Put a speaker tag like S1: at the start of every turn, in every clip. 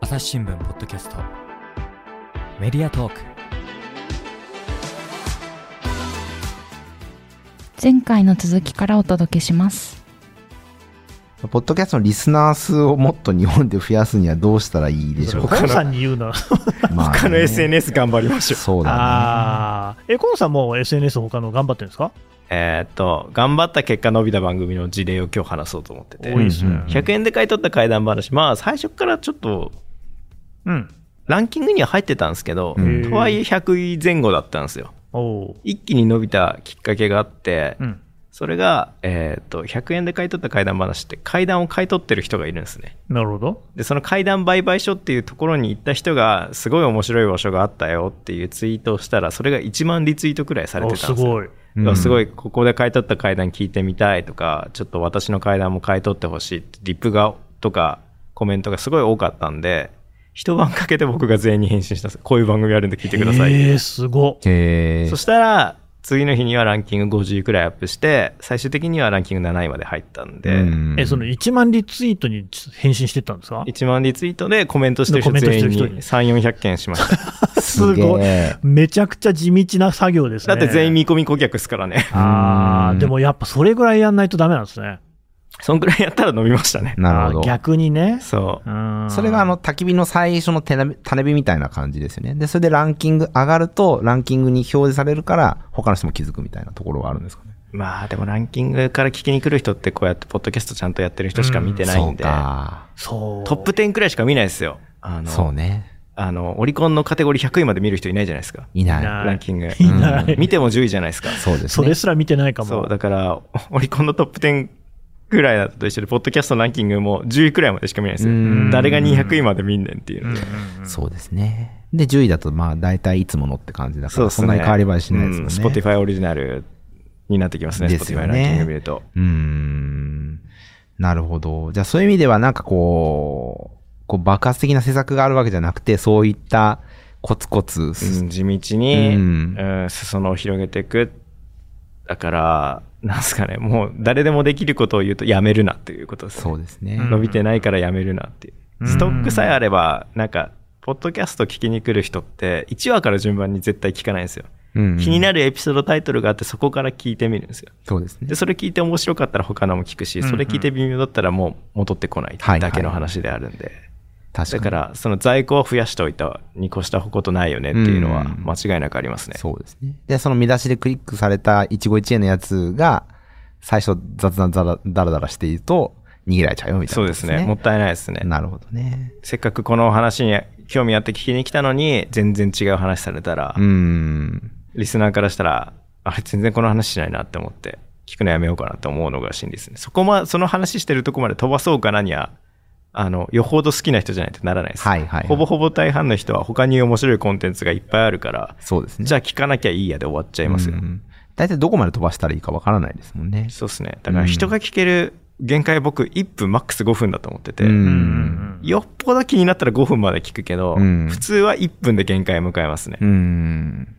S1: 朝日新聞ポッドキャストメディアトーク
S2: 前回の続きからお届けします
S3: ポッドキャストのリスナー数をもっと日本で増やすにはどうしたらいいでしょうか。
S4: コンさんに言うな。
S3: まあね
S5: 他の SNS 頑張りましょう。
S3: そうだ
S4: ああ。え、コンさんもう SNS 他の頑張ってるんですか
S5: えーっと、頑張った結果伸びた番組の事例を今日話そうと思ってて。
S4: 多いです
S3: うんう
S4: ね
S3: ん。
S5: 100円で買い取った怪談話、まあ最初からちょっと
S4: うん。
S5: ランキングには入ってたんですけど、
S3: うん
S5: とはいえ100位前後だったんですよ。
S4: おお
S5: 一気に伸びたきっかけがあって、
S4: ー。うん。
S5: それが、えーっと、100円で買い取った怪談話って怪談を買い取ってる人がいるんですね。
S4: なるほど。
S5: で、その怪談売買所っていうところに行った人が、すごい面白い場所があったよっていうツイートをしたら、それが1万リツイートくらいされて
S4: お
S5: たんです
S4: す
S5: よ。
S4: ごい。
S3: うん
S5: いやすごい、ここで買い取った階段聞いてみたいとか、ちょっと私の階段も買い取ってほしいって、リップがとかコメントがすごい多かったんで、一晩かけて僕が全員に返信したんです。こういう番組あるんで聞いてください。
S4: えー、すごっ。
S3: へえ
S5: そ。したら、次の日にはランキング50くらいアップして、最終的にはランキング7位まで入ったんで、
S3: うん
S4: え、その1万リツイートに返信してったんですか
S5: 1万リツイートでコメントしてる人
S4: コメントし
S5: 全
S4: て
S5: 員
S4: る
S5: に
S4: 人
S5: 3、400件し ました。
S3: すげ
S4: い。
S3: え。
S4: めちゃくちゃ地道な作業です
S5: だ
S4: ね。
S5: って全員見込み顧客ですか らね。
S4: ああ、でもやっぱそれぐらいやんないとダメなんですね。
S5: そんくらいやったら伸びましたね。
S3: なるほ
S4: あー
S3: ど。
S4: 逆にね。
S5: そう。
S4: うん
S3: それがあの、焚き火の最初の手な種火みたいな感じですよね。で、それでランキング上がると、ランキングに表示されるから、他の人も気づくみたいなところはあるんですかね。
S5: まあでもランキングから聞きに来る人ってこうやってポッドキャストちゃんとやってる人しか見てない
S3: そうん
S5: で、
S3: か。
S4: そう。
S5: トップ10くらいしか見ないですよ。あの、
S3: そうね。
S5: あの、オリコンのカテゴリー100位まで見る人いないじゃないですか。
S3: い
S4: い
S3: な
S4: な
S3: いい。
S5: ランキング。
S4: いない
S5: 見ても10位じゃないですか。
S3: そうですね。
S4: それすら見てないかも。
S5: そう、だから、オリコンのトップ10くらいだと一緒で、ポッドキャストのランキングも10位くらいまでしか見ないです
S3: う
S5: よ。
S3: ん
S5: 誰が200位まで見んねんっていう
S4: うん
S5: の
S4: うん
S5: で。
S4: うん
S3: そうですね。で、10位だと、まあ、大体いつものって感じだか
S5: そう
S3: ら、
S5: です
S3: そ
S5: ね。
S3: んなに変わり映えしないですよね。
S5: スポティファイオリジナルになってきますね、ス
S3: で
S5: ポ
S3: す
S5: ティフ
S3: よ
S5: ァ
S3: ね
S5: イランキング見ると。
S3: うーん。なるほど。じゃあそういう意味ではなんかこう、こう爆発的な施策があるわけじゃなくて、そういったコツコツ、
S5: うん地道に、
S3: う
S5: うんん裾野を広げていく。だから、なんすかね、もう誰でもできることを言うとやめるなっていうことです、
S3: そうですね。
S5: 伸びてないからやめるなっていう。
S4: うん
S5: ストックさえあれば、なんか、ポッドキャスト聞きに来る人って、1話から順番に絶対聞かないんですよ。気にな
S3: る。
S5: るエピソードタイトルがあって、そこから聞いてみるんですよ。
S3: そうですね
S5: で、。それ聞いて面白かったら他のも聞くし、それ聞いて微妙だったらもう戻ってこない
S3: はい
S5: だけの話であるんで。
S3: 確か
S5: だ
S3: に。
S5: から、その在庫を増やしておいたに越したことないよねっていうのは
S3: うん
S5: 間違いなくありますね。
S3: そうですね。で、その見出しでクリックされた一期一会のやつが、最初雑談だらだらだらしていると、逃げられちゃうよみたいな、
S5: そうですね。もったいないですね。
S3: なるほどね。
S5: せっかくこの話に興味あって聞きに来たのに、全然違う話されたら
S3: うー、ん。
S5: リスナーからしたら、あれ全然この話しないなって思って、聞くのやめようかなって思うのが真理ですね。そこま、その話してるとこまで飛ばそうかなには、あの、よほど好きな人じゃないとならないです。
S3: はいはいはい
S5: ほぼほぼ大半の人は他に面白いコンテンツがいっぱいあるから、
S3: そうですね。
S5: じゃ
S3: あ、
S5: あ聞かなきゃいいやで終わっちゃいますよ。
S3: 大体どこまで飛ばしたらいいかわからないですもんね。
S5: そうですね。だから人が聞ける限界僕1分マックス5分だと思ってて、
S3: うん
S4: うん
S5: よっぽど気になったら5分まで聞くけど、
S3: うん
S5: 普通は1分で限界迎えますね。
S3: うーん。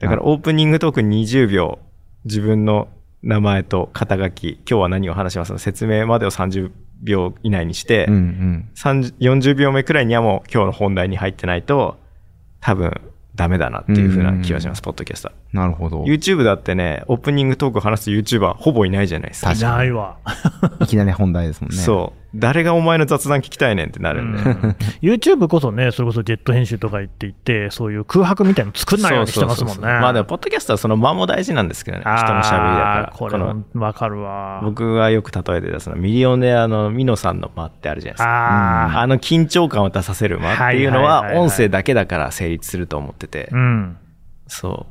S5: だからオープニングトーク20秒、自分の名前と肩書き、今日は何を話しますの説明までを30秒以内にして、
S3: うんうん。
S5: 30 40秒目くらいにはもう今日の本題に入ってないと、多分ダメだなっていうふうな気がします、ポッドキャスター。
S3: なるほど。
S5: YouTube だってね、オープニングトーク話す YouTuber ほぼいないじゃないですか。
S3: 確
S4: い
S3: か
S4: ないわ。
S3: いきなり本題ですもんね。
S5: そう。誰がお前の雑談聞きたいねんってなるんで。
S4: YouTube こそね、それこそジェット編集とか言っていて、そういう空白みたいの作んないようにしてますもん
S5: そうそうそう
S4: ね。
S5: まあでも、ポッドキャストはその間も大事なんですけどね。人の
S4: あー、
S5: 喋りだから。
S4: これ
S5: の
S4: もわかるわ。
S5: 僕がよく例えてたそのミリオネアのミノさんの間ってあるじゃないですか。
S4: ああ、
S5: あの緊張感を出させる間っていうの
S4: はいはいはいは
S5: は
S4: い
S5: 音声だけだから成立すると思ってて、
S4: うん。
S5: そ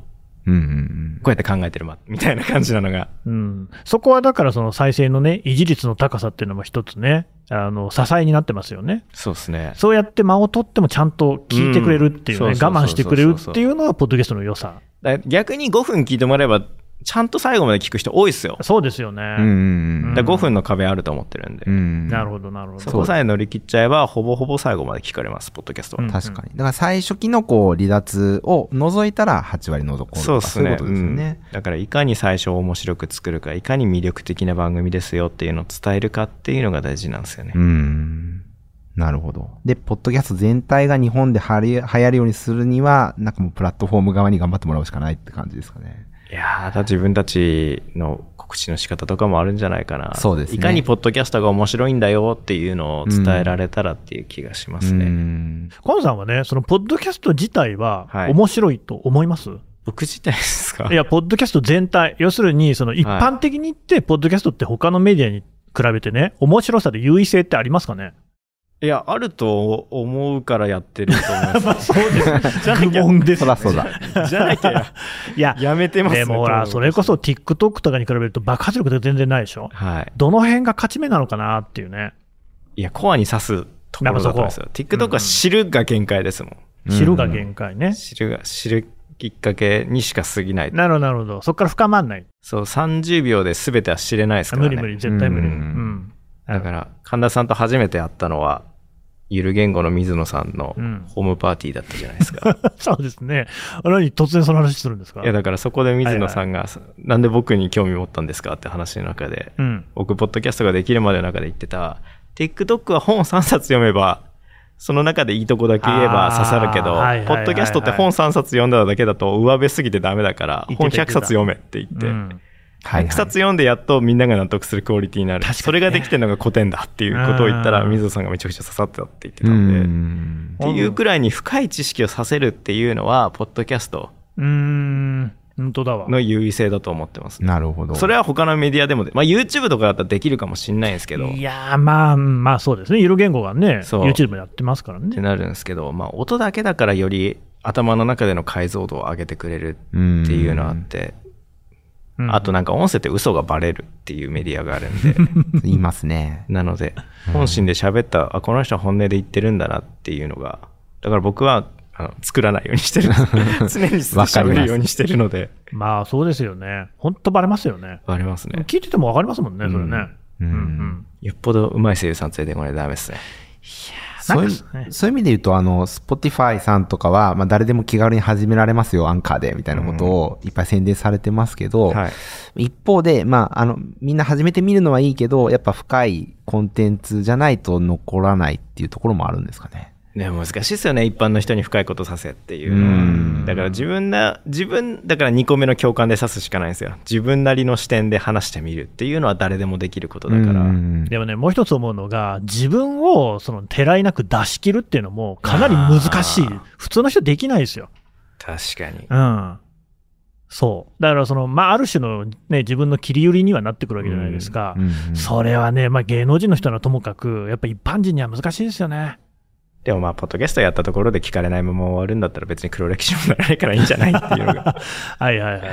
S3: うんうんうん
S5: う、こうやって考えてる間みたいな感じなのが、
S4: うん、そこはだから、その再生のね、維持率の高さっていうのも一つね、あの支えになってますよね。
S5: そうですね。
S4: そうやって間を取ってもちゃんと聞いてくれるっていうね、我
S5: うんそうそうそうそう
S4: 慢してくれるっていうのが、ポッドキャストの良さ。
S5: だから逆に5分聞いてもらえば、ちゃんと最後まで聞く人多いですよ。
S4: そうですよね。
S3: うんうん
S5: だ5分の壁あると思ってるんで、
S3: うん。
S4: なる
S3: ほ
S4: ほど、なるほ
S5: そ
S4: ど。
S5: こさえ乗り切っちゃえば、ほぼほぼ最後まで聞かれます、ポッドキャストは。
S4: うん
S3: 確かに。だから最初期のこう離脱を除いたら8割除こうとか
S5: そうですね
S3: いうことですよね。
S5: うんだからいかに最初面白く作るかいかに魅力的な番組ですよっていうのを伝えるかっていうのが大事なんですよね、
S3: うん。なるほど。で、ポッドキャスト全体が日本ではり流行るようにするには、なんかもうプラットフォーム側に頑張ってもらうしかないって感じですかね。
S5: いやー、だ自分たちの告知の仕方とかもあるんじゃないかな。
S3: そうですね
S5: いかにポッドキャストが面白いんだよっていうのを伝えられたらっていう気がしますね。
S3: うん
S4: コンさんはね、そのポッドキャスト自体は
S5: はい
S4: 面白いと思います、
S5: 僕自体ですか
S4: い、や、ポッドキャスト全体、要するにその一般的に言って、ポッドキャストって他のメディアに比べてね、面白さで優位性ってありますかね
S5: いや、あると思うからやってると思います。
S4: そうです。じゃなきゃ、
S3: そらそうだ。
S5: じゃなきゃ
S4: いや、
S5: やめてますね
S4: でもほら、それこそ TikTok とかに比べると爆発力って全然ないでしょ
S5: はい。
S4: どの辺が勝ち目なのかなっていうね。
S5: いや、コアに刺すところだと思いますよ。TikTok は知るが限界ですもん。
S4: 白が限界ね。
S5: 知るが、知るきっかけにしか過ぎない。
S4: なるほど、なるほど。そこから深まんない。
S5: そう、30秒で全ては知れないですから
S4: 無
S5: ね。
S4: 理無理、絶対無理。う
S3: うん
S4: ん。
S5: だから、神田さんと初めて会ったのは、ゆる言語の水野さんの
S4: うん
S5: ホームパーティーだったじゃないで すか。
S4: そうですね。あ何、突然その話するんですか
S5: いや、だからそこで水野さんが、なんで僕に興味持ったんですかって話の中で、
S4: うん。
S5: 僕、ポッドキャストができるまでの中で言ってた、TikTok は本3冊読めば、その中でいいとこだけ言えば刺さるけ
S4: あー
S5: ど、
S4: はいはいはいはい
S5: ポッドキャストって本3冊読んだだけだと上辺すぎてダメだから、
S4: 言ってた
S5: 本100冊読めって言って、
S4: うん
S3: はい、はい。
S5: 100冊読んでやっとみんなが納得するクオリティになる。それができてるのが古典だっていうことを言ったら、
S4: うん
S5: 水野さんがめちゃくちゃ刺さってたって言って
S3: う
S5: たんで、
S3: ん
S5: っていうくらいに深い知識をさせるっていうのは、ポッドキャスト
S4: うーん。本当だわ。
S5: の優位性だと思ってます。
S3: なるほど。
S5: それは他のメディアでもで、まあ、YouTube とかだったらできるかもしれないんですけど、っ
S4: いやー、まあ、うんまあそうですね。色言語がね、
S5: そう
S4: YouTube やってますから
S5: て
S4: ね。
S5: なるんですけど、まあ、音だけだからより頭の中での解像度を上げてくれる
S3: うん
S5: っていうのあって、
S4: うん
S5: あとなんか音声って嘘がバレるっていうメディアがあるんで、
S3: 言いますね。
S5: なので、本心で喋った、あ、この人は本音で言ってるんだなっていうのが、だから僕は、あの作らないようにして る。
S3: わ
S5: 常に
S3: かります
S5: 喋るようにしてるので、
S4: まあそうですよね。本当バレますよね。
S5: ありますね。
S4: 聞いててもわかりますもんね、それね。
S3: う
S4: うんうんん。
S5: よっぽど上手い声優さん連れてこないとダメですね。
S3: そういう
S4: なんかね
S3: そういう意味で言うと、あの、Spotify さんとかは、まあ、誰でも気軽に始められますよ、アンカーで、みたいなことをいっぱい宣伝されてますけど、
S5: はい
S3: 一方で、まあ、あの、みんな始めてみるのはいいけど、やっぱ深いコンテンツじゃないと残らないっていうところもあるんですかね。
S5: ね、難しいですよね。一般の人に深いことさせっていう
S3: うん
S5: のは。だから自分な、自分、だから2個目の共感で刺すしかないんですよ。自分なりの視点で話してみるっていうのは誰でもできることだから。
S3: うん
S4: でもね、もう一つ思うのが、自分をそのてらいなく出し切るっていうのも、かなり難しい
S5: あー、
S4: 普通の人できないですよ。
S5: 確かに。
S4: うん。そう。だから、その、まあ、ある種のね、自分の切り売りにはなってくるわけじゃないですか。
S3: うん
S4: それはね、まあ、芸能人の人ならともかく、やっぱ一般人には難しいですよね。
S5: でもまあ、ポッドキャストやったところで聞かれないまま終わるんだったら別に黒歴史もならないからいいんじゃないっていうのが
S4: はいはいはいはい。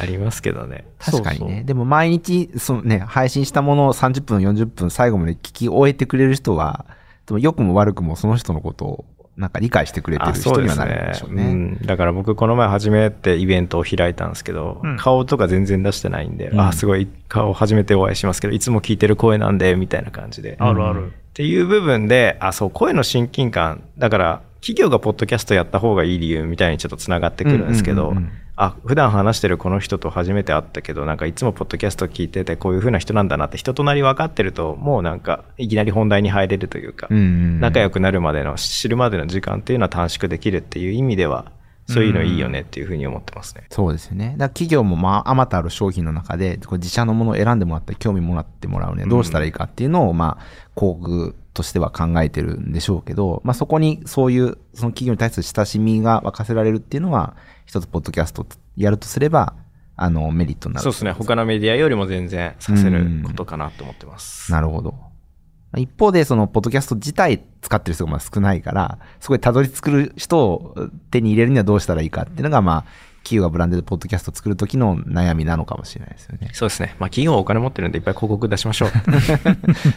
S5: ありますけどね。
S3: 確かにね。
S4: そうそう
S3: でも毎日、そのね、配信したものを30分、40分、最後まで聞き終えてくれる人は、でも良くも悪くもその人のことを、なんか理解してくれてる人にはなるんでしょうね。
S5: うん。だから僕、この前初めてイベントを開いたんですけど、
S4: うん
S5: 顔とか全然出してないんで、
S3: うん
S5: あ、すごい、顔初めてお会いしますけど、いつも聞いてる声なんで、みたいな感じで。
S4: ある
S5: っ
S4: ある。
S5: ていう部分で、あ、そう、声の親近感。だから、企業がポッドキャストやった方がいい理由みたいにちょっとつながってくるんですけ
S3: う
S5: ど、
S3: んうんうんうん
S5: あ、普段話してるこの人と初めて会ったけど、なんかいつもポッドキャスト聞いてて、こういう風な人なんだなって人となり分かってると、もうなんか、いきなり本題に入れるというか、
S3: うんうん
S5: 仲良くなるまでの知るまでの時間っていうのは短縮できるっていう意味ではそういうのいいよねっていうふうに思ってますね。
S3: そうですよね。だから企業もまあ、あまたある商品の中で、こう自社のものを選んでもらったり、興味もらってもらうにはどうしたらいいかっていうのを、まあ、広告としては考えてるんでしょうけど、まあそこにそういう、その企業に対する親しみが沸かせられるっていうのは、一つポッドキャストやるとすれば、あの、メリットになる。
S5: そうですね他のメディアよりも全然させることかなと思ってます。
S3: なるほど。一方で、その、ポッドキャスト自体使ってる人がまあ少ないから、そこでたどり着く人を手に入れるにはどうしたらいいかっていうのが、まあ、企業がブランドでポッドキャスト作る時の悩みなのかもしれないですよね。
S5: そうですね、まあ、企業はお金持ってるんでいっぱい広告出しま しょう。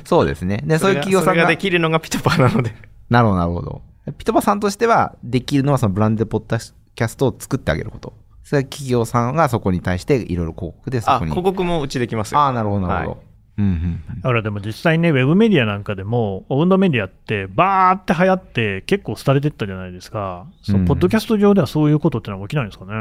S3: そうですね。で、そういう企業さん
S5: それ
S3: が
S5: がで、きるのがピトパな ので。
S3: なるほど、なるほど。ピトパさんとしては、できるのはそのブランドでポッドキャストを作ってあげること。それは企業さんがそこに対していろいろ広告でそ
S5: あ
S3: こに。
S5: 広告もうちできますよ。
S3: ああ、なるほど、なるほ
S5: は
S3: ど。うんうん
S4: だからでも実際ね、ウェブメディアなんかでも、オウンドメディアって、バーって流行って、結構廃れてったじゃないですか、そう
S3: うん
S4: ポッドキャスト上ではそういうことってのは起きないんですかね。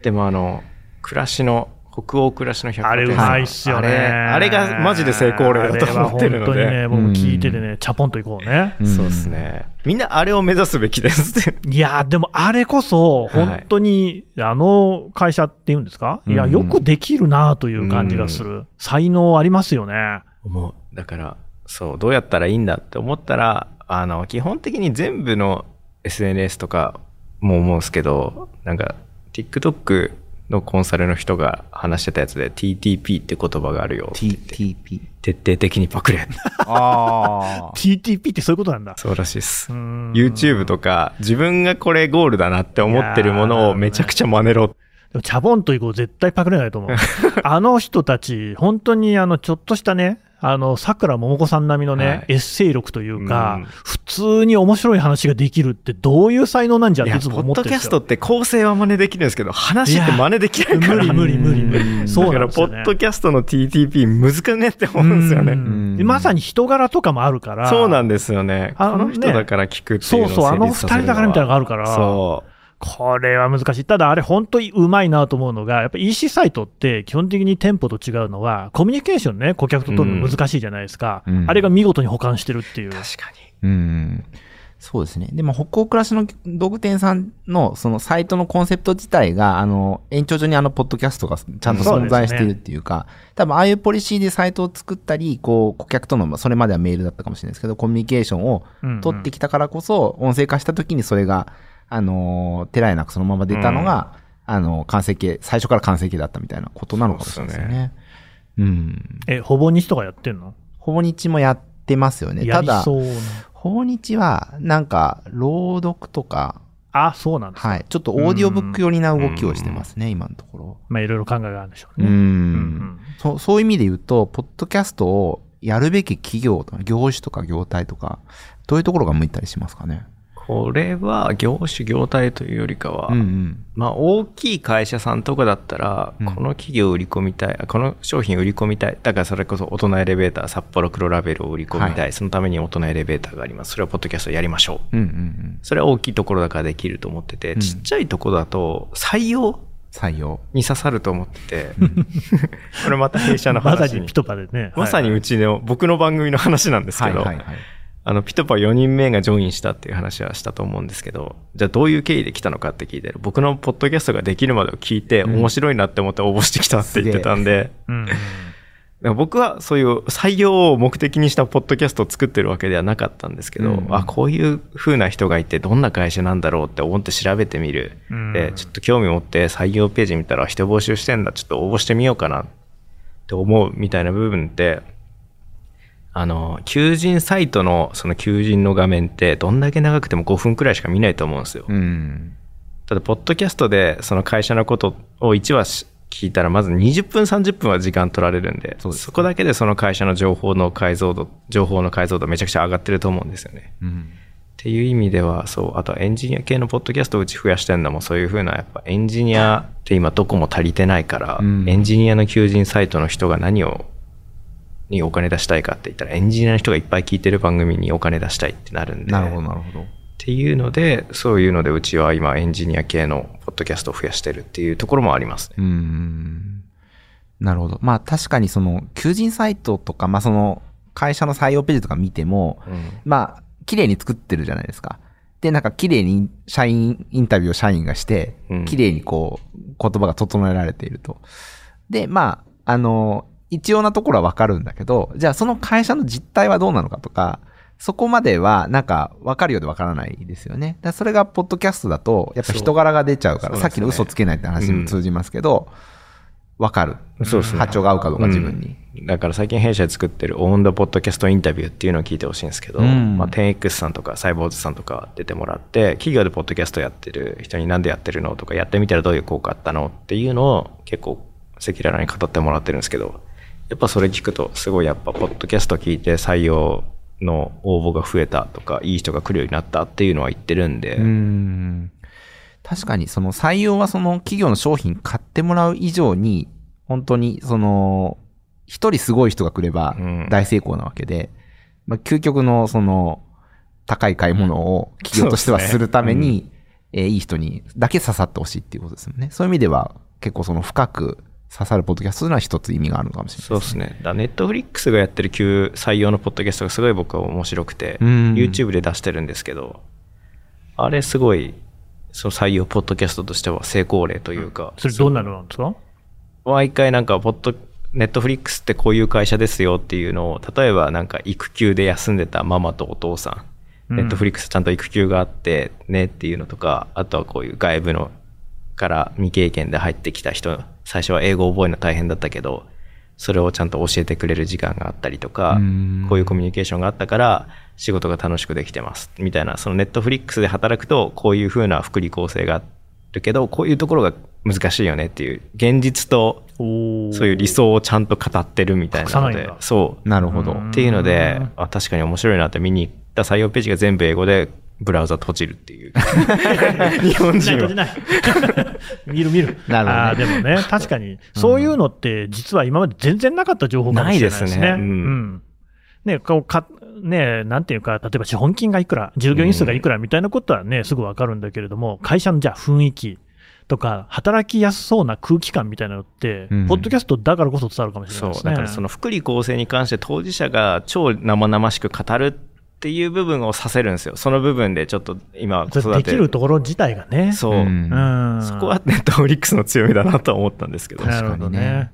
S5: いでもあの暮らしの北欧暮らしの百貨
S4: あれ
S5: 店
S4: う
S5: さん
S4: まいっすよね、
S5: あれあれがマジで成功例だと思ってるので
S4: あれは本当にね、僕聞いててね、チャポンといこうね。
S3: ん
S5: そうですねみんなあれを目指すべきですって
S4: いやーでもあれこそ、本当に、あの会社っていうんですか、いや、
S3: うん
S4: よくできるなという感じがする、才能ありますよね。
S5: 思うだからそうどうやったらいいんだって思ったらあの基本的に全部の SNS とかも思うんですけどなんか TikTok のコンサルの人が話してたやつで TTP って言葉があるよって言って
S3: TTP。
S5: 徹底的にパクれ
S3: ああ。
S4: TTP ってそういうことなんだ。
S5: そうらしいです
S4: うーん
S5: YouTube とか自分がこれゴールだなって思ってるものをめちゃくちゃ真似ろ
S4: でもチャボンといこう絶対パクれないと 思う。あの人たち、本当にあの、ちょっとしたね、あの、桜桃子さん並みのね、
S5: はい
S4: エッセイ力というか、
S5: うん
S4: 普通に面白い話ができるってどういう才能なんじゃって
S5: いや
S4: いつも
S5: ポ
S4: 思
S5: ッ
S4: って
S5: ド
S4: るんで
S5: キャ
S4: す
S5: ス
S4: よ。
S5: トって構成は真似できるんですけど話って真似できないか
S4: 無
S5: ら
S4: 理無理無理無理。そう
S5: だか
S4: なん
S5: ら
S4: です
S5: ポ
S4: よ
S5: ッ
S4: ね。
S5: ドキャストの TTP 難しねって思うんですよね
S4: うん
S3: うん
S4: まさに人柄とかもあるから。
S5: そうなんんですよね。
S4: あ
S5: あ
S4: のね
S5: の人だから聞くっていう
S4: そ
S5: の
S4: う
S5: を
S4: そう、あの
S5: 成
S4: 二
S5: 立さ
S4: 人
S5: せるの
S4: だ
S5: は
S4: からみたいなのがあるから。
S5: そ
S4: これは難しい。ただあれ本当にうまいなと思うのが、やっぱ EC サイトって基本的に店舗と違うのは、コミュニケーションね、顧客と取るの難しいじゃないですか。
S3: うん
S4: あれが見事に保管してるっていう。
S5: う。確かに。
S3: うん。そうですね。でも、北欧暮らしの道具店さんの、そのサイトのコンセプト自体が、あの、延長上にあの、ポッドキャストがちゃんと存在してるっていうか、多分、ああいうポリシーでサイトを作ったり、こう、顧客との、まあそれまではメールだったかもしれないですけど、コミュニケーションを
S4: うんうん
S3: 取ってきたからこそ、音声化した時にそれが、あのー、てらいなくそのまま出たのが、あの、完成形、最初から完成形だったみたいなことなのかもしれないですよね。うん。
S4: え、ほぼ日とかやってんの
S3: 訪日もやってますよね。
S4: や
S3: た
S4: り
S3: だ、
S4: そうな。
S3: 訪日は、なんか、朗読とか、
S4: あ、そうなんです。
S3: はい、ちょっとオーディオブック寄りな動きをしてますね、今のところ。
S4: まあいろいろ考えがあるんでしょう
S3: う。
S4: ね。うんん
S3: そそういう意味で言うと、ポッドキャストをやるべき企業とか、業種とか業態とか、どういうところが向いたりしますかね。
S5: これは業種業態というよりかは、
S3: うんうん。
S5: まあ大きい会社さんとかだったら、
S3: うん
S5: この企業売り込みたい、あこの商品売り込みたい。だからそれこそ大人エレベーター、札幌黒ラベルを売り込みたい。
S3: は
S5: そのために大人エレベーターがあります。それはポッドキャストやりましょう。
S3: うんうんうん。
S5: それは大きいところだからできると思ってて、
S3: うん
S5: ちっちゃいところだと採用
S3: 採用。
S5: に刺さると思って て、これまた弊社の
S4: まさ
S5: 話
S4: に
S5: に
S4: ピトパでね。
S5: まさにうちの僕の番組の話なんですけど、
S3: はい。
S5: あのピトパ4人目がジョインしたっていう話はしたと思うんですけど、じゃあどういう経緯で来たのかって聞いてる。僕のポッドキャストができるまでを聞いて、
S3: うん
S5: 面白いなって思って応募してきたって言ってたんで、
S4: うんうん
S5: だから僕はそういう採用を目的にしたポッドキャストを作ってるわけではなかったんですけど、
S3: うん
S5: あ、こういう風な人がいてどんな会社なんだろうって思って調べてみる。
S4: うん
S5: で、ちょっと興味持って採用ページ見たら人募集してんだ、ちょっと応募してみようかなって思うみたいな部分って、あの、求人サイトのその求人の画面ってどんだけ長くても5分くらいしか見ないと思うんですよ。
S3: うん。
S5: ただ、ポッドキャストでその会社のことを1話し聞いたらまず20分30分は時間取られるんで
S3: そうですね
S5: こだけでその会社の情報の解像度情報の解像度めちゃくちゃ上がってると思うんですよね。
S3: うん。
S5: っていう意味では、そう、あとはエンジニア系のポッドキャストをうち増やしてるのも、そういうふうな、やっぱエンジニアって今どこも足りてないから、
S3: うん
S5: エンジニアの求人サイトの人が何を、にお金出したいかって言ったら、エンジニアの人がいっぱい聞いてる番組にお金出したいってなるんで、
S3: なるほど、
S5: っ
S3: なるほど。
S5: ていうので、そういうので、うちは今エンジニア系のポッドキャストを増やしてるっていうところもありますね。
S3: うーん。なるほど。まあ確かにその求人サイトとか、まあその会社の採用ページとか見ても、まあ綺麗に作ってるじゃないですか。で、なんか綺麗に社員、インタビューを社員がして
S5: うん、
S3: 綺麗にこう言葉が整えられていると。で、まあ、あの、一様なところはわかるんだけど、じゃあその会社の実態はどうなのかとか、そこまではなんかわかるようでわからないですよね。だからそれがポッドキャストだと、やっぱ人柄が出ちゃうから、
S5: そう
S3: さっきの
S5: そう
S3: 嘘
S5: ですね
S3: つけないって話にも通じますけど、わかる。
S5: そうですね
S3: 波長が合うかどうか自分に。
S5: うんだから最近弊社で作ってるオウンドポッドキャストインタビューっていうのを聞いてほしいんですけど、
S3: うん
S5: まあ、10X さんとかサイボーズさんとか出てもらって企業でポッドキャストやってる人になんでやってるのとかやってみたらどういう効果あったのっていうのを結構赤裸々に語ってもらってるんですけどやっぱそれ聞くとすごいやっぱポッドキャスト聞いて採用の応募が増えたとかいい人が来るようになったっていうのは言ってるんで、
S3: うーん確かにその採用はその企業の商品買ってもらう以上に本当にその一人すごい人が来れば
S5: うん
S3: 大成功なわけで、まあ、究極のその高い買い物を企業としては
S5: そうですね
S3: するために、えーいい人にだけ刺さってほしいっていうことですもんねそういう意味では結構その深く刺さるポッドキャストというのは一つ意味があるのかもしれない
S5: そうですね。だネットフリックスがやってる旧採用のポッドキャストがすごい僕は面白くて、
S3: うん
S5: YouTube で出してるんですけど、あれすごい、その採用ポッドキャストとしては成功例というか、
S4: それどんなのなんですか
S5: 毎回なんかポッド、ネットフリックスってこういう会社ですよっていうのを、例えばなんか育休で休んでたママとお父さ
S4: う
S5: ん、
S4: ん
S5: ネットフリックスちゃんと育休があってねっていうのとか、あとはこういう外部のから未経験で入ってきた人、最初は英語を覚えるの大変だったけど、それをちゃんと教えてくれる時間があったりとか
S3: うん、
S5: こういうコミュニケーションがあったから仕事が楽しくできてますみたいな、そのネットフリックスで働くとこういう風な福利厚生があるけど、こういうところが難しいよねっていう、現実と
S4: おー
S5: そういう理想をちゃんと語ってるみたいなの
S4: 隠さないん
S5: で
S4: だ、
S5: そう。
S3: なるほど
S4: うん
S5: っていうので、あ確かに面白いなって見に行った採用ページが全部英語でブラウザ閉じるって いう。
S4: 見ない閉
S5: 日本人は
S4: じ。ない。 見る見る。
S3: なるほどね
S4: あーでもね、確かに、そういうのって、実は今まで全然なかった情報かもしれないですね。
S5: ないですねうん
S4: うんね、こうかねなんていうか、例えば資本金がいくら、従業員数がいくらみたいなことはね、すぐわかるんだけれども、会社のじゃあ雰囲気とか、働きやすそうな空気感みたいなのって、
S3: うん
S4: ポッドキャストだからこそ伝わるかもしれな
S5: そ
S4: いうですね。
S5: だからその福利厚生に関して当事者が超生々しく語るっていう部分をさせるんですよその部分でちょっと今子
S4: それ
S5: 育て
S4: できるところ自体がね。
S5: そう、
S3: うん
S4: うん
S5: そこはネットフリックスの強みだなとは思ったんですけど
S4: なるほどね。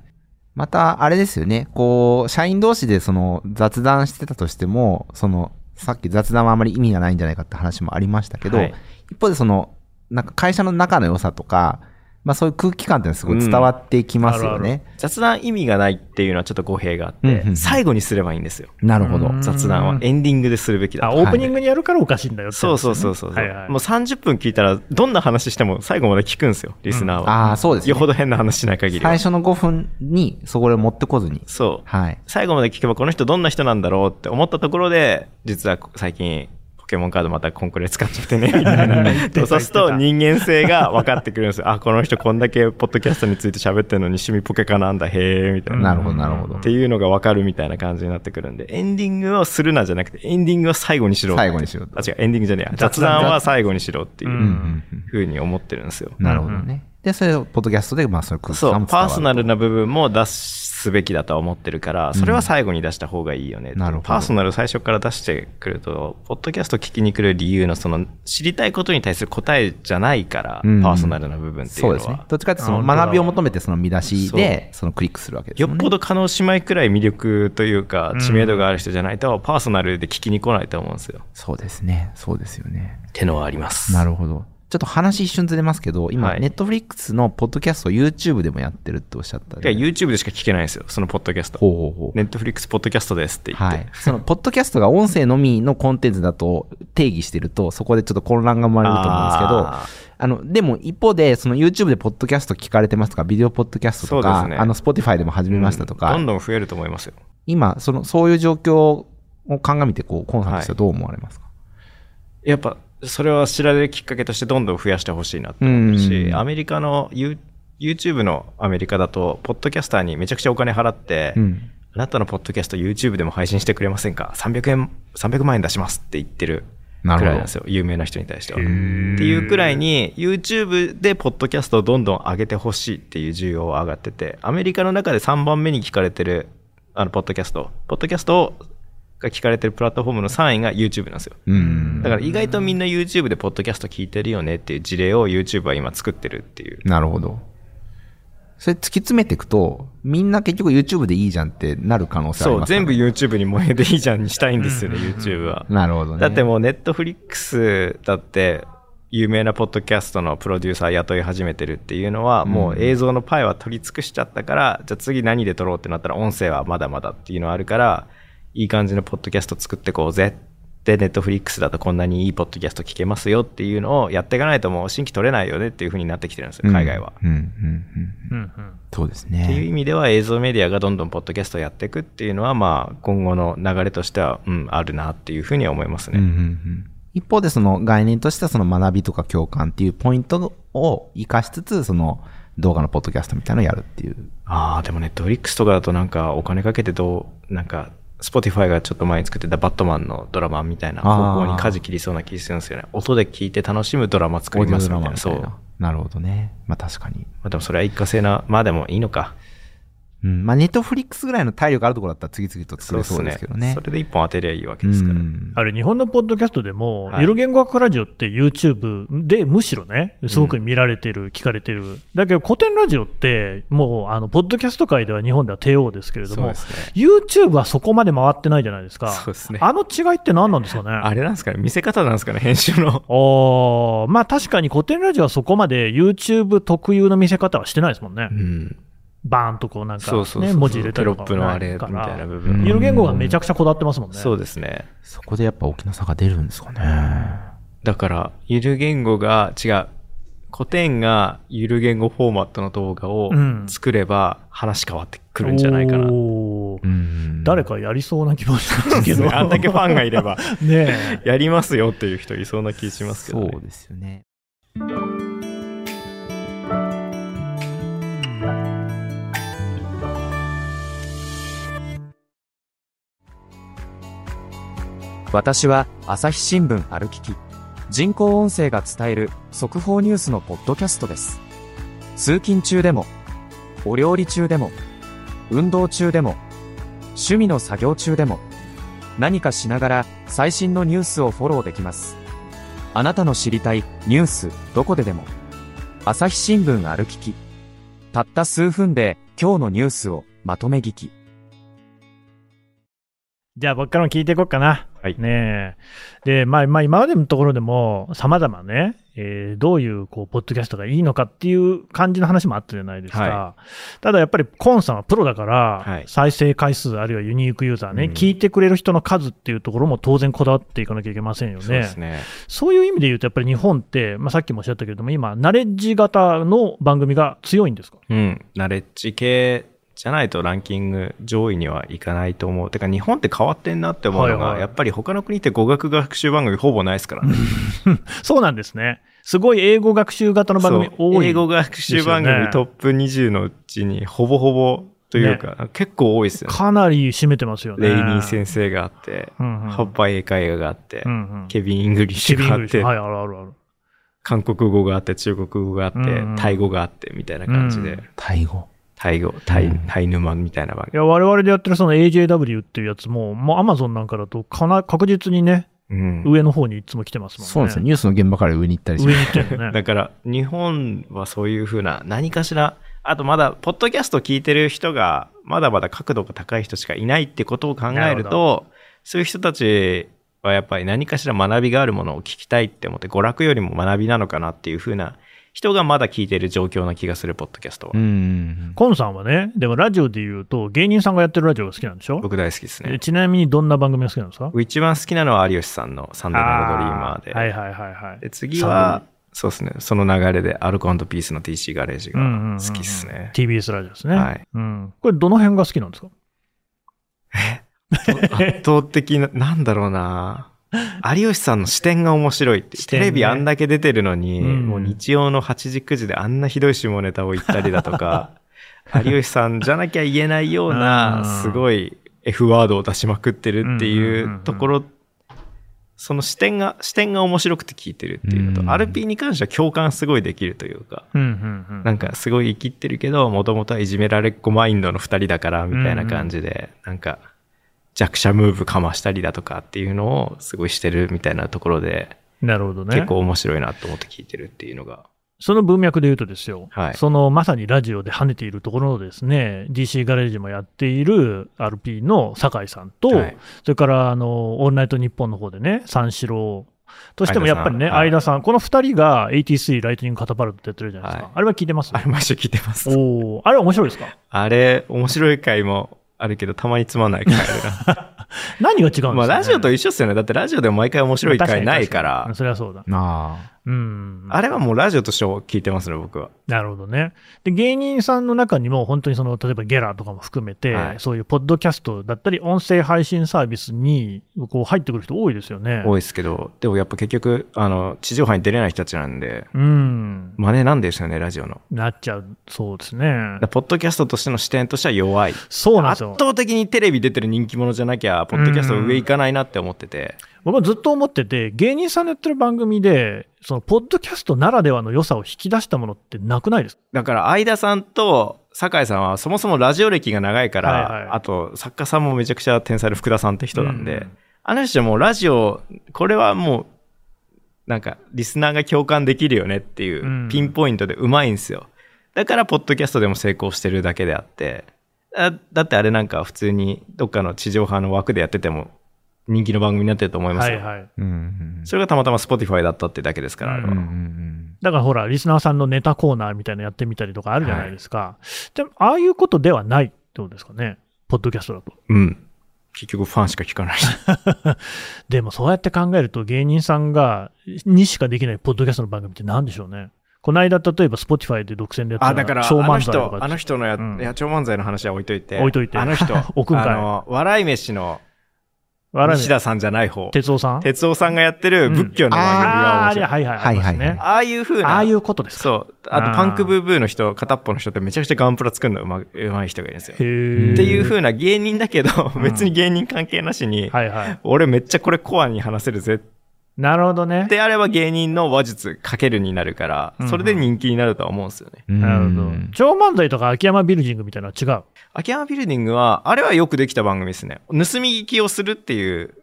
S3: また、あれですよね。こう、社員同士でその雑談してたとしても、その、さっき雑談はあまり意味がないんじゃないかって話もありましたけど、
S5: はい
S3: 一方でその、なんか会社の中の良さとか、まあそういう空気感ってのはすごい伝わってきますよね。
S5: 雑談意味がないっていうのはちょっと語弊があって、
S3: うんうんうん
S5: 最後にすればいいんですよ
S3: なるほど
S4: う。ん
S5: 雑談はエンディングでするべきだ
S4: あ、
S5: と
S4: オープニングにやるからおかしいんだよってやつね、
S5: そうそうそうそう、
S4: はいはい
S5: もう30分聞いたらどんな話しても最後まで聞くんですよリスナーは、
S3: ああ、そうです、ね。
S5: よほど変な話しない限りは
S3: 最初の5分にそこで持ってこずに。
S5: そう
S3: はい。
S5: 最後まで聞けばこの人どんな人なんだろうって思ったところで実は最近ポケモンカードまたコンクレ使っちゃってねみた い
S4: 言っ
S5: な
S4: てた
S5: そうすると人間性が分かってくるんですよあこの人こんだけポッドキャストについて喋ってるのに趣味ポケカなんだへえみたいな、
S3: なるほど、なるほど
S5: っ。ていうのが分かるみたいな感じになってくるんでエンディングをするなじゃなくてエンディングは最後にしろって
S3: 最後にしろと
S5: あ違うエンディングじゃねえや
S4: 雑
S5: 雑
S4: 談
S5: 談は最後にしろっていう
S3: うんう
S5: うん
S3: うん
S5: ふうに思ってるんですよ、
S3: なるほどね。で、それをポッドキャストで、まあそういう空気
S5: そ
S3: 感
S5: う
S3: も伝わ
S5: パー
S3: ると。
S5: ソナルな部分も出すべきだとは思ってるからそれは最後に出した方がいいよね、
S3: なるほど
S5: パーソナル最初から出してくるとポッドキャスト聞きに来る理由のその知りたいことに対する答えじゃないから、
S3: うん
S5: パーソナルな部分っていう
S3: そう
S5: の
S3: ですね
S5: は。
S3: どっちかっていうとそ
S4: あ本当
S3: の
S4: だ
S3: 学びを求めてその見出しで、そのクリックするわけです
S5: よ
S3: もん
S5: っ
S3: ね。
S5: ぽど可能姉妹くらい魅力というか知名度がある人じゃないとパーソナルで聞きに来ないと思うんですよ。
S3: そうですね。そうですよね。
S5: ってのはあります。
S3: なるほど。ちょっと話一瞬ずれますけど、今、
S5: はい
S3: ネットフリックスのポッドキャストを YouTube でもやってるっておっしゃった
S5: だ
S3: で
S5: から YouTube でしか聞けないんですよ、そのポッドキャスト。
S3: ほうほうほう。
S5: ネットフリックスポッドキャストですって言っ
S3: は
S5: て。
S3: い。その、ポッドキャストが音声のみのコンテンツだと定義してると、そこでちょっと混乱が生まれると思うんですけど、
S5: あ
S3: あの、でも一方で、その YouTube でポッドキャスト聞かれてますとか、ビデオポッドキャストと
S5: そうで
S3: か、
S5: すね
S3: あの、Spotify でも始めましたとか、
S5: うんどんどん増えると思いますよ。
S3: 今、その、そういう状況を鑑みて、こう、コンサートしてどう思われますか、
S5: やっぱそれは知られるきっかけとしてどんどん増やしてほしいなって思うし、
S3: うん
S5: アメリカの You- YouTube のアメリカだと、ポッドキャスターにめちゃくちゃお金払って、
S3: うん。
S5: あなたのポッドキャスト YouTube でも配信してくれませんか ?300 円、300万円出しますって言ってるく
S3: な
S5: ら
S3: る
S5: い
S3: ほど
S5: なんですよ。有名な人に対しては。っていうくらいに、YouTube でポッドキャストをどんどん上げてほしいっていう需要は上がってて、アメリカの中で3番目に聞かれてる、あの、ポッドキャスト、ポッドキャストが聞かれてるプラットフォームの3位が YouTube なんですよ。
S3: うん。
S5: だから意外とみんな YouTube でポッドキャスト聞いてるよねっていう事例を YouTube は今作ってるっていう。
S3: なるほど。それ突き詰めていくと、みんな結局 YouTube でいいじゃんってなる可能性あり
S5: そう、
S3: ますかね、
S5: 全部 YouTube に燃えていいじゃんにしたいんですよね、YouTube は。
S3: なるほどね。
S5: だってもう Netflix だって有名なポッドキャストのプロデューサー雇い始めてるっていうのはもう映像のパイは取り尽くしちゃったから、じゃあ次何で撮ろうってなったら音声はまだまだっていうのはあるからいい感じのポッドキャスト作ってこうぜで Netflix だとこんなにいいポッドキャスト聞けますよっていうのをやっていかないともう新規取れないよねっていう風になってきてるんですよ海外は。
S3: うん、うん、うん。うん
S4: うんうん
S3: そうです
S5: っていう
S3: ね。
S5: 意味では映像メディアがどんどんポッドキャストをやっていくっていうのはまあ今後の流れとしてはうんあるなっていうふうには思います
S3: うん、うん、う
S5: ね。
S3: ん。一方でその概念としてはその学びとか共感っていうポイントを活かしつつ、その動画のポッドキャストみたいなのをやるっていう。
S5: ああ、でもネットフリックスとかだとなんかお金かけてどう、なんか、スポティファイがちょっと前に作ってたバットマンのドラマみたいな
S3: あー
S5: 方向に舵切りそうな気するんですよね。音で聞いて楽しむドラマ作りますみたいな。
S3: オーディオ
S5: そ
S3: ド
S5: う。
S3: ラマみたいな。なるほどね。まあ確かに。
S5: まあ、でもそれは一過性な、まあでもいいのか。
S3: うんまあ、ネットフリックスぐらいの体力あるところだったら次々と作れそうですけどね。
S5: それで一本当てりゃいいわけですから。
S3: うん
S4: あれ、日本のポッドキャストでも、
S5: はい
S4: ゆる言語学ラジオって YouTube でむしろね、すごく見られてる、聞かれてる。だけど古典ラジオって、もう、あの、ポッドキャスト界では日本では帝王ですけれど
S5: そう
S4: も
S5: で、すね。
S4: YouTube はそこまで回ってないじゃないですか。
S5: そうですね。
S4: あの違いって何なんですかね
S5: あれなんですかね見せ方なんですかね編集の。
S4: おーまあ確かに古典ラジオはそこまで YouTube 特有の見せ方はしてないですもんね。
S5: うん。
S4: バーンとこうなんか、
S5: そうそうそう
S4: ね、
S5: そう。
S4: 文字入れた
S5: テ
S4: り
S5: ロ
S4: と
S5: ッ
S4: か
S5: プのあれみたいな部
S3: う
S5: 分。
S3: ん
S4: ゆる言語がめちゃくちゃこだわってますもんね。
S5: そうですね。
S3: そこでやっぱ大きな差が出るんですかね。
S5: だから、ゆる言語が違う。古典がゆる言語フォーマットの動画を
S4: うん
S5: 作れば話変わってくるんじゃないかな。
S4: おー
S3: うん
S4: 誰かやりそうな気もしますけ
S5: です ね
S4: ど。
S5: あんだけファンがいれば、
S4: ねえ
S5: やりますよっていう人いそうな気しますけど、ね。
S3: そうですよね。
S6: 私は朝日新聞歩きき人工音声が伝える速報ニュースのポッドキャストです通勤中でもお料理中でも運動中でも趣味の作業中でも何かしながら最新のニュースをフォローできますあなたの知りたいニュースどこででも朝日新聞歩ききたった数分で今日のニュースをまとめ聞き
S4: じゃあ僕からも聞いていこうかな。
S5: はい
S4: ねえ。で、まあ、まあ、今までのところでも、様々ね、えーどういう、こう、ポッドキャストがいいのかっていう感じの話もあったじゃないですか。
S5: は
S4: ただやっぱり、コンさんはプロだから、
S5: はい
S4: 再生回数、あるいはユニークユーザーね、
S5: うん
S4: 聞いてくれる人の数っていうところも当然こだわっていかなきゃいけませんよね。
S5: そうですね。
S4: そういう意味で言うと、やっぱり日本って、まあ、さっきもおっしゃったけれども、今、ナレッジ型の番組が強いんですか
S5: うん。ナレッジ系じゃないとランキング上位にはいかないと思う。てか日本って変わってんなって思うのが、
S4: はいはい
S5: やっぱり他の国って語学学習番組ほぼないですからね。
S4: そうなんですね。すごい英語学習型の番組
S5: そう
S4: 多い。
S5: 英語学習番
S4: ですよ
S5: 組
S4: ね
S5: トップ20のうちにほぼほぼというか、結構多いですよね。
S4: かなり占めてますよね。
S5: レイニー先生があって、
S4: うんうん
S5: ハッパイ英会話があって、
S4: うんうん
S5: ケビン・イングリッ
S4: シ
S5: シ
S4: ビ
S5: ュ
S4: ン
S5: が
S4: グで
S5: あっ、
S4: してょはい、あるあるある。
S5: 韓国語があって、中国語があって、
S4: うんうん
S5: タイ語があって、みたいな感じで、
S4: うん
S3: タイ語。
S5: タイ語、タイ、
S3: うん
S5: タイ沼みたいな番
S4: い
S5: 組。
S4: や、我々でやってるその AJW っていうやつも、もう Amazon なんかだとかな、確実にね、
S5: うん
S4: 上の方にいつも来てますもんね。
S3: そうなんですよ。ニュースの現場から上に行ったりし
S4: 上
S3: ま
S4: に
S3: す。
S4: 行って るよね。
S5: だから、日本はそういうふうな、何かしら、あとまだ、ポッドキャスト聞いてる人が、まだまだ角度が高い人しかいないってことを考
S4: な
S5: え
S4: る
S5: る
S4: ほ
S5: と、そういう人たちはやっぱり何かしら学びがあるものを聞きたいって思って、娯楽よりも学びなのかなっていうふうな、人がまだ聞いてる状況な気がする、ポッドキャストは。
S3: うん。
S4: コンさんはね、でもラジオで言うと、芸人さんがやってるラジオが好きなんでしょ
S5: 僕大好きです
S4: え
S5: ね。
S4: ちなみにどんな番組が好きなんですか
S5: 僕一番好きなのは有吉さんのサンデーナイトドリーマーで。
S4: あはいはいはいはい。
S5: で次は、そうですね、その流れでアルコピースの TC ガレージ
S4: うんうんうんう
S5: が
S4: ん
S5: 好きですね。
S4: TBS ラジオですね。
S5: はい
S4: うん。これどの辺が好きなんですか
S5: 圧倒的な、なんだろうな有吉さんの視点が面白いって、
S4: 視点ね
S5: テレビあんだけ出てるのに、
S4: うん
S5: もう日曜の8時9時であんなひどい下ネタを言ったりだと か、有吉さんじゃなきゃ言えないよう
S4: うん
S5: な、すごい F ワードを出しまくってるってい
S4: んうんうんう
S5: うんところ、その視点が、視点が面白くて聞いてるっていうの
S3: うん
S5: と、アルピーに関しては共感すごいできるというか、
S4: うんうんうん。
S5: なんかすごい生きってるけど、もともとはいじめられっ子マインドの二人だから、みたいな感じで、なんか弱者ムーブかましたりだとかっていうのをすごいしてるみたいなところで、
S4: なるほどね。
S5: 結構面白いなと思って聞いてるっていうのが。
S4: その文脈で言うとですよ、
S5: はい
S4: そのまさにラジオで跳ねているところのですね、DC ガレージもやっている RP の酒井さんと、
S5: はい
S4: それからあの、オールナイトニッポンの方でね、三四郎としてもやっぱりね、
S5: 相田さん
S4: 相田さ
S5: はい
S4: ん、この2人が83ライトニングカタパルトってやってるじゃないですか。
S5: はい
S4: あれは聞いてます
S5: あれ毎週聞いてます。
S4: おーあれは面白いですか
S5: あれ、面白い回もあるけど、たまにつまんない回ある
S4: 何が違うんですか、
S5: な。
S4: ね、
S5: まあラジオと一緒ですよね。だってラジオでも毎回面白い回ないから
S4: 確に確にうん、それはそうだ。
S3: なあ。
S4: うん。
S5: あれはもうラジオとして聞いてますね、僕は。
S4: なるほどね。で、芸人さんの中にも、本当にその、例えばゲラとかも含めて、
S5: はい
S4: そういうポッドキャストだったり、音声配信サービスに、こう、入ってくる人多いですよね。
S5: 多
S4: い。
S5: いですけど、でもやっぱ結局、あの、地上波に出れない人たちなんで、
S4: うん。
S5: 真似なんですよね、ラジオの。
S4: なっちゃう、そうですね
S5: だか。らポッドキャストとしての視点としては弱い。
S4: そうなんです
S5: 圧
S4: よ。
S5: 倒的にテレビ出てる人気者じゃなきゃ、ポッドキャスト上行かないなって思ってて、
S4: 僕はずっと思ってて、芸人さんのやってる番組で、その、ポッドキャストならではの良さを引き出したものってなくないですか
S5: だから、相田さんと酒井さんは、そもそもラジオ歴が長いから、
S4: はいはい
S5: あと、作家さんもめちゃくちゃ天才の福田さんって人なんで、
S4: うん
S5: あの人もうラジオ、これはもう、なんか、リスナーが共感できるよねっていうう、
S4: ん
S5: ピンポイントでうまいんですよ。だから、ポッドキャストでも成功してるだけであって、だだってあれなんか普通にどっかの地上波の枠でやってても人気の番組になってると思います
S4: は
S5: よ。
S4: いはい。
S3: うんうん
S5: それがたまたま Spotify だったってだけですから、あれは
S4: う
S3: うんんうん
S4: だからほら、リスナーさんのネタコーナーみたいなのやってみたりとかあるじゃないですか。でも、ああいうことではないってことですかね。ポッドキャストだと。
S5: うん。結局ファンしか聞 かないし。
S4: でもそうやって考えると芸人さんがにしかできないポッドキャストの番組って何でしょうね。この間例えば Spotify で独占でやって
S5: あ、
S4: た
S5: だから、あ
S4: 超
S5: の
S4: 漫才と
S5: 人、
S4: か
S5: あの人のや、
S4: うん
S5: いや超漫才の話は置いといて。
S4: 置いといて、
S5: あの人
S4: 置くんかい
S5: あの、笑い飯の
S4: 笑い
S5: 西田さんじゃない方。
S4: 哲夫さん
S5: 哲夫さんがやってる仏教の番
S4: あ
S5: 組が
S4: あ
S5: 面
S4: ー、
S5: 白い。
S4: はいはい、あります
S3: はい
S4: ね
S3: は。
S5: ああいう風な。
S4: ああいうことですか。
S5: そう。あ
S4: あー
S5: と、パンクブーブーの人、片っぽの人ってめちゃくちゃガンプラ作るのうまうまい人がいるんですよ。
S4: へ
S5: っ
S4: ー
S5: ていう風な芸人だけど、別に芸人関係なしに、
S4: はいはい。
S5: 俺めっちゃこれコアに話せるぜ
S4: なるほどね
S5: っ。てあれば芸人の話術かけるになるから
S4: うんう、ん
S5: それで人気になるとは思うんですよね。
S3: うん
S4: なるほど。超漫才とか秋山ビルディングみたいなのは違う。
S5: 秋山ビルディングは、あれはよくできた番組ですね。盗み聞きをするっていう、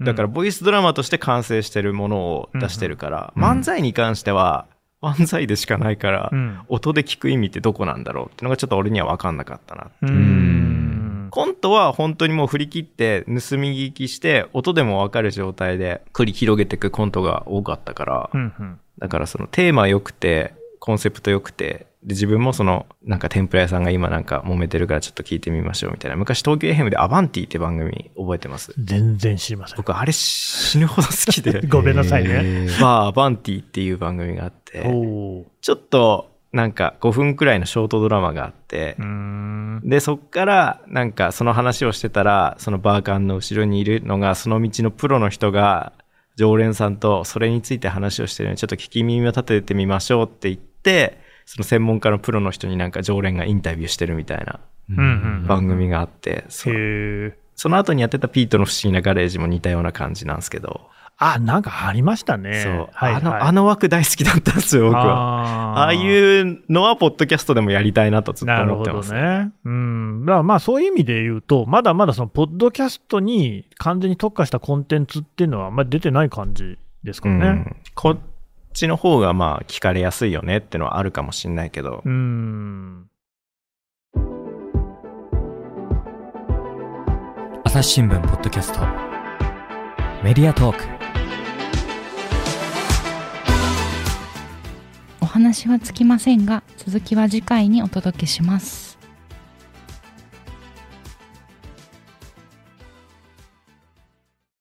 S5: だから
S4: うん、
S5: ボイスドラマとして完成してるものを出してるから、
S3: うん
S5: 漫才に関しては、漫才でしかないから、
S4: うん
S5: 音で聞く意味ってどこなんだろうってのがちょっと俺には分かんなかったな。
S4: うーん。
S5: コントは本当にもう振り切って、盗み聞きして、音でも分かる状態で繰り広げていくコントが多かったから、
S4: うんうん
S5: だからそのテーマ良くて、コンセプト良くて、で、自分もその、なんか天ぷら屋さんが今なんか揉めてるからちょっと聞いてみましょうみたいな。昔東京 FM でアバンティって番組覚えてます
S4: 全然知りません。
S5: 僕あれ死ぬほど好き
S4: 。
S5: で
S4: ごめんなさいね。
S5: バーアバンティっていう番組があって、
S4: おー
S5: ちょっとなんか5分くらいのショートドラマがあって
S4: うー、ん。
S5: で、そっから、なんか、その話をしてたら、そのバーカンの後ろにいるのが、その道のプロの人が、常連さんとそれについて話をしてるので、ちょっと聞き耳を立ててみましょうって言って、その専門家のプロの人になんか常連がインタビューしてるみたいな
S4: うんうん。
S5: 番組があって、そ
S4: へえ。
S5: その後にやってたピートの不思議なガレージも似たような感じなんですけど、
S4: あ、なんかありましたね。
S5: そう、
S4: はいはい、
S5: あの、あの枠大好きだったんですよ、僕は。
S4: あー
S5: ああいうのは、ポッドキャストでもやりたいなとずっと
S4: なる
S5: 思っ
S4: ほ
S5: て
S4: ど
S5: ます。
S4: ね。うん。だからまあそういう意味で言うと、まだまだその、ポッドキャストに完全に特化したコンテンツっていうのはあんまり出てない感じですか
S5: う
S4: ね。
S5: ん、こっちの方がまあ聞かれやすいよねってのはあるかもしれないけど、
S4: うん。
S1: 朝日新聞ポッドキャストメディアトーク
S2: お話はつきませんが続きは次回にお届けします